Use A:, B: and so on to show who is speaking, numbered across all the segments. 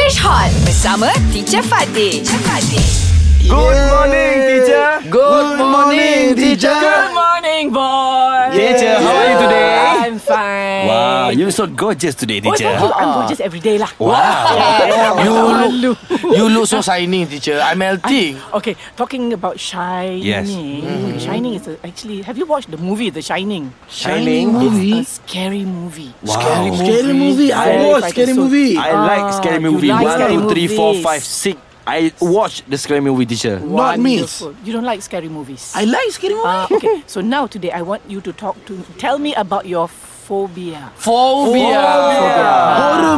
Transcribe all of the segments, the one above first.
A: Fresh Hot bersama Teacher Fatih. Teacher Fatih.
B: Good morning, teacher.
C: Good morning, teacher.
B: Good
D: morning, boy.
C: Teacher, how are you today?
D: I'm fine.
C: Wow, you're so gorgeous today,
D: Oh,
C: teacher.
D: thank you. I'm gorgeous every day lah.
C: Wow.
B: You look, you look so shining, teacher. I'm melting.
D: Okay, talking about Shining. Mm-hmm.
C: Yes.
D: Shining is a, actually. Have you watched the movie The Shining?
C: Shining
D: A scary movie.
B: Oh,
C: Wow.
E: Scary movie. I
D: Very
E: watch
D: fighting
E: scary
D: suit.
E: movie.
C: I like scary
D: you
C: movie.
D: like
C: One,
D: scary
C: two, three, four,
D: movies.
C: five, six. I watched the scary movie, teacher.
E: Not me.
D: Wonderful. You don't like scary movies.
E: I like scary movie.
D: Ah, okay, so now today I want you to talk to tell me about your phobia.
B: Phobia.
E: Horror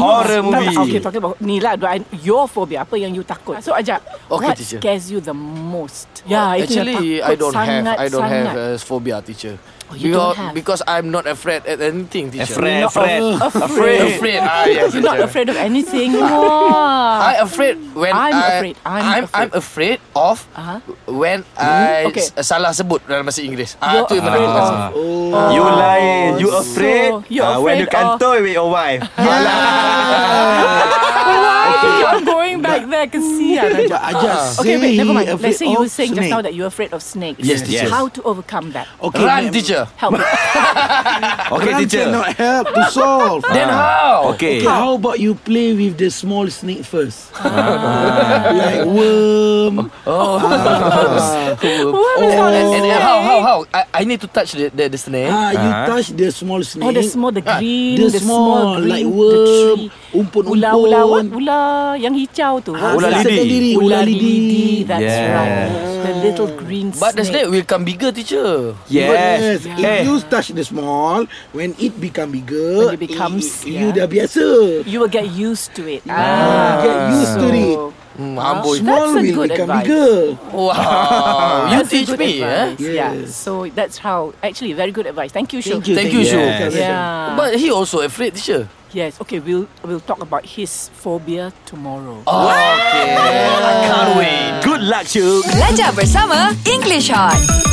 D: Ya,
C: Horror
D: No, no, Okay,
C: movie.
D: talking about ni lah. do I- Your phobia, apa yang you takut? So aja,
B: Okay,
D: what
B: teacher.
D: scares you the most? Ya, itu yang
B: Actually,
D: takut
B: I don't have.
D: sangat,
B: I don't
D: sangat.
B: have uh, phobia, teacher.
D: Oh, you
B: because,
D: don't have.
B: because I'm not afraid at anything, teacher.
C: Afraid,
D: Not
C: afraid.
D: afraid.
B: Afraid. Ah, yes,
D: You're not
B: teacher.
D: afraid of anything. Wow.
B: I afraid when
D: I'm
B: I,
D: afraid. I'm afraid.
B: I'm afraid of
D: Uh-huh.
B: when I
D: Okay.
B: s- salah sebut dalam bahasa Inggeris.
D: You're
B: Ah, tu yang Oh.
D: afraid
B: paling
D: of
B: aku
C: You lying. You
D: so
C: afraid.
D: you're
C: Ah, when you
D: afraid of-
C: kantoi with your wife.
D: Why you're going back there? Kesian. Ah.
E: But I just
D: Okay,
E: say
D: wait, never mind.
E: afraid
D: Let's say you
E: of
D: were saying just
E: snake.
D: now that you're afraid of snakes.
C: Yes, teacher.
D: How to overcome that?
E: Okay,
B: Run,
E: ma'am.
B: teacher.
D: Help me.
C: Okay,
E: Run
C: teacher. Ah,
E: cannot help to solve. Ah.
B: Then how?
C: Okay.
E: Okay, how about you play with the small snake first?
C: Ah,
E: like worm.
D: Oh.
E: Ah,
D: What is all
B: Oh. And,
D: this
B: and, and
D: snake?
B: how how how? I, I need to touch the the, the snake.
E: Ah, you
B: Uh-huh.
E: touch the small snake.
D: Oh, the small, the
B: Ah,
D: green,
E: the,
D: the
E: small,
D: green,
E: like
D: the
E: worm,
D: tree.
E: umpun-umpun.
D: Ula, ula, what ula yang hijau tu?
E: Ah,
D: What
C: Ular lidi.
D: is that?
E: second diri,
D: Ular
E: Ular
D: lidi.
E: lidi.
D: That's
C: Yes.
D: right. The little green snake.
B: But the snake will come bigger, teacher.
C: Yes.
E: Yes. If
C: Eh,
E: you touch the small, when it become bigger,
D: When it becomes,
E: i- i- you
D: yeah.
E: dah biasa.
D: You will get used to it.
E: Get used to it.
D: So-
B: Hmm,
D: That's
B: amboi.
E: Small
D: a
E: will
D: good
E: become
D: advice.
E: bigger.
B: Wow. you
D: That's a
B: teach
D: good
B: me, eh?
D: advice, Yeah.
E: Yes.
D: So that's how. Actually, very good advice. Thank you, Shul.
B: Thank you, Shu.
C: Yes.
D: Yeah.
B: But he also afraid, teacher.
D: yes. Okay, we'll we'll talk about his phobia tomorrow. Ah,
B: Okay. I can't wait.
C: good luck, Shuk.
A: Belajar bersama English Hot.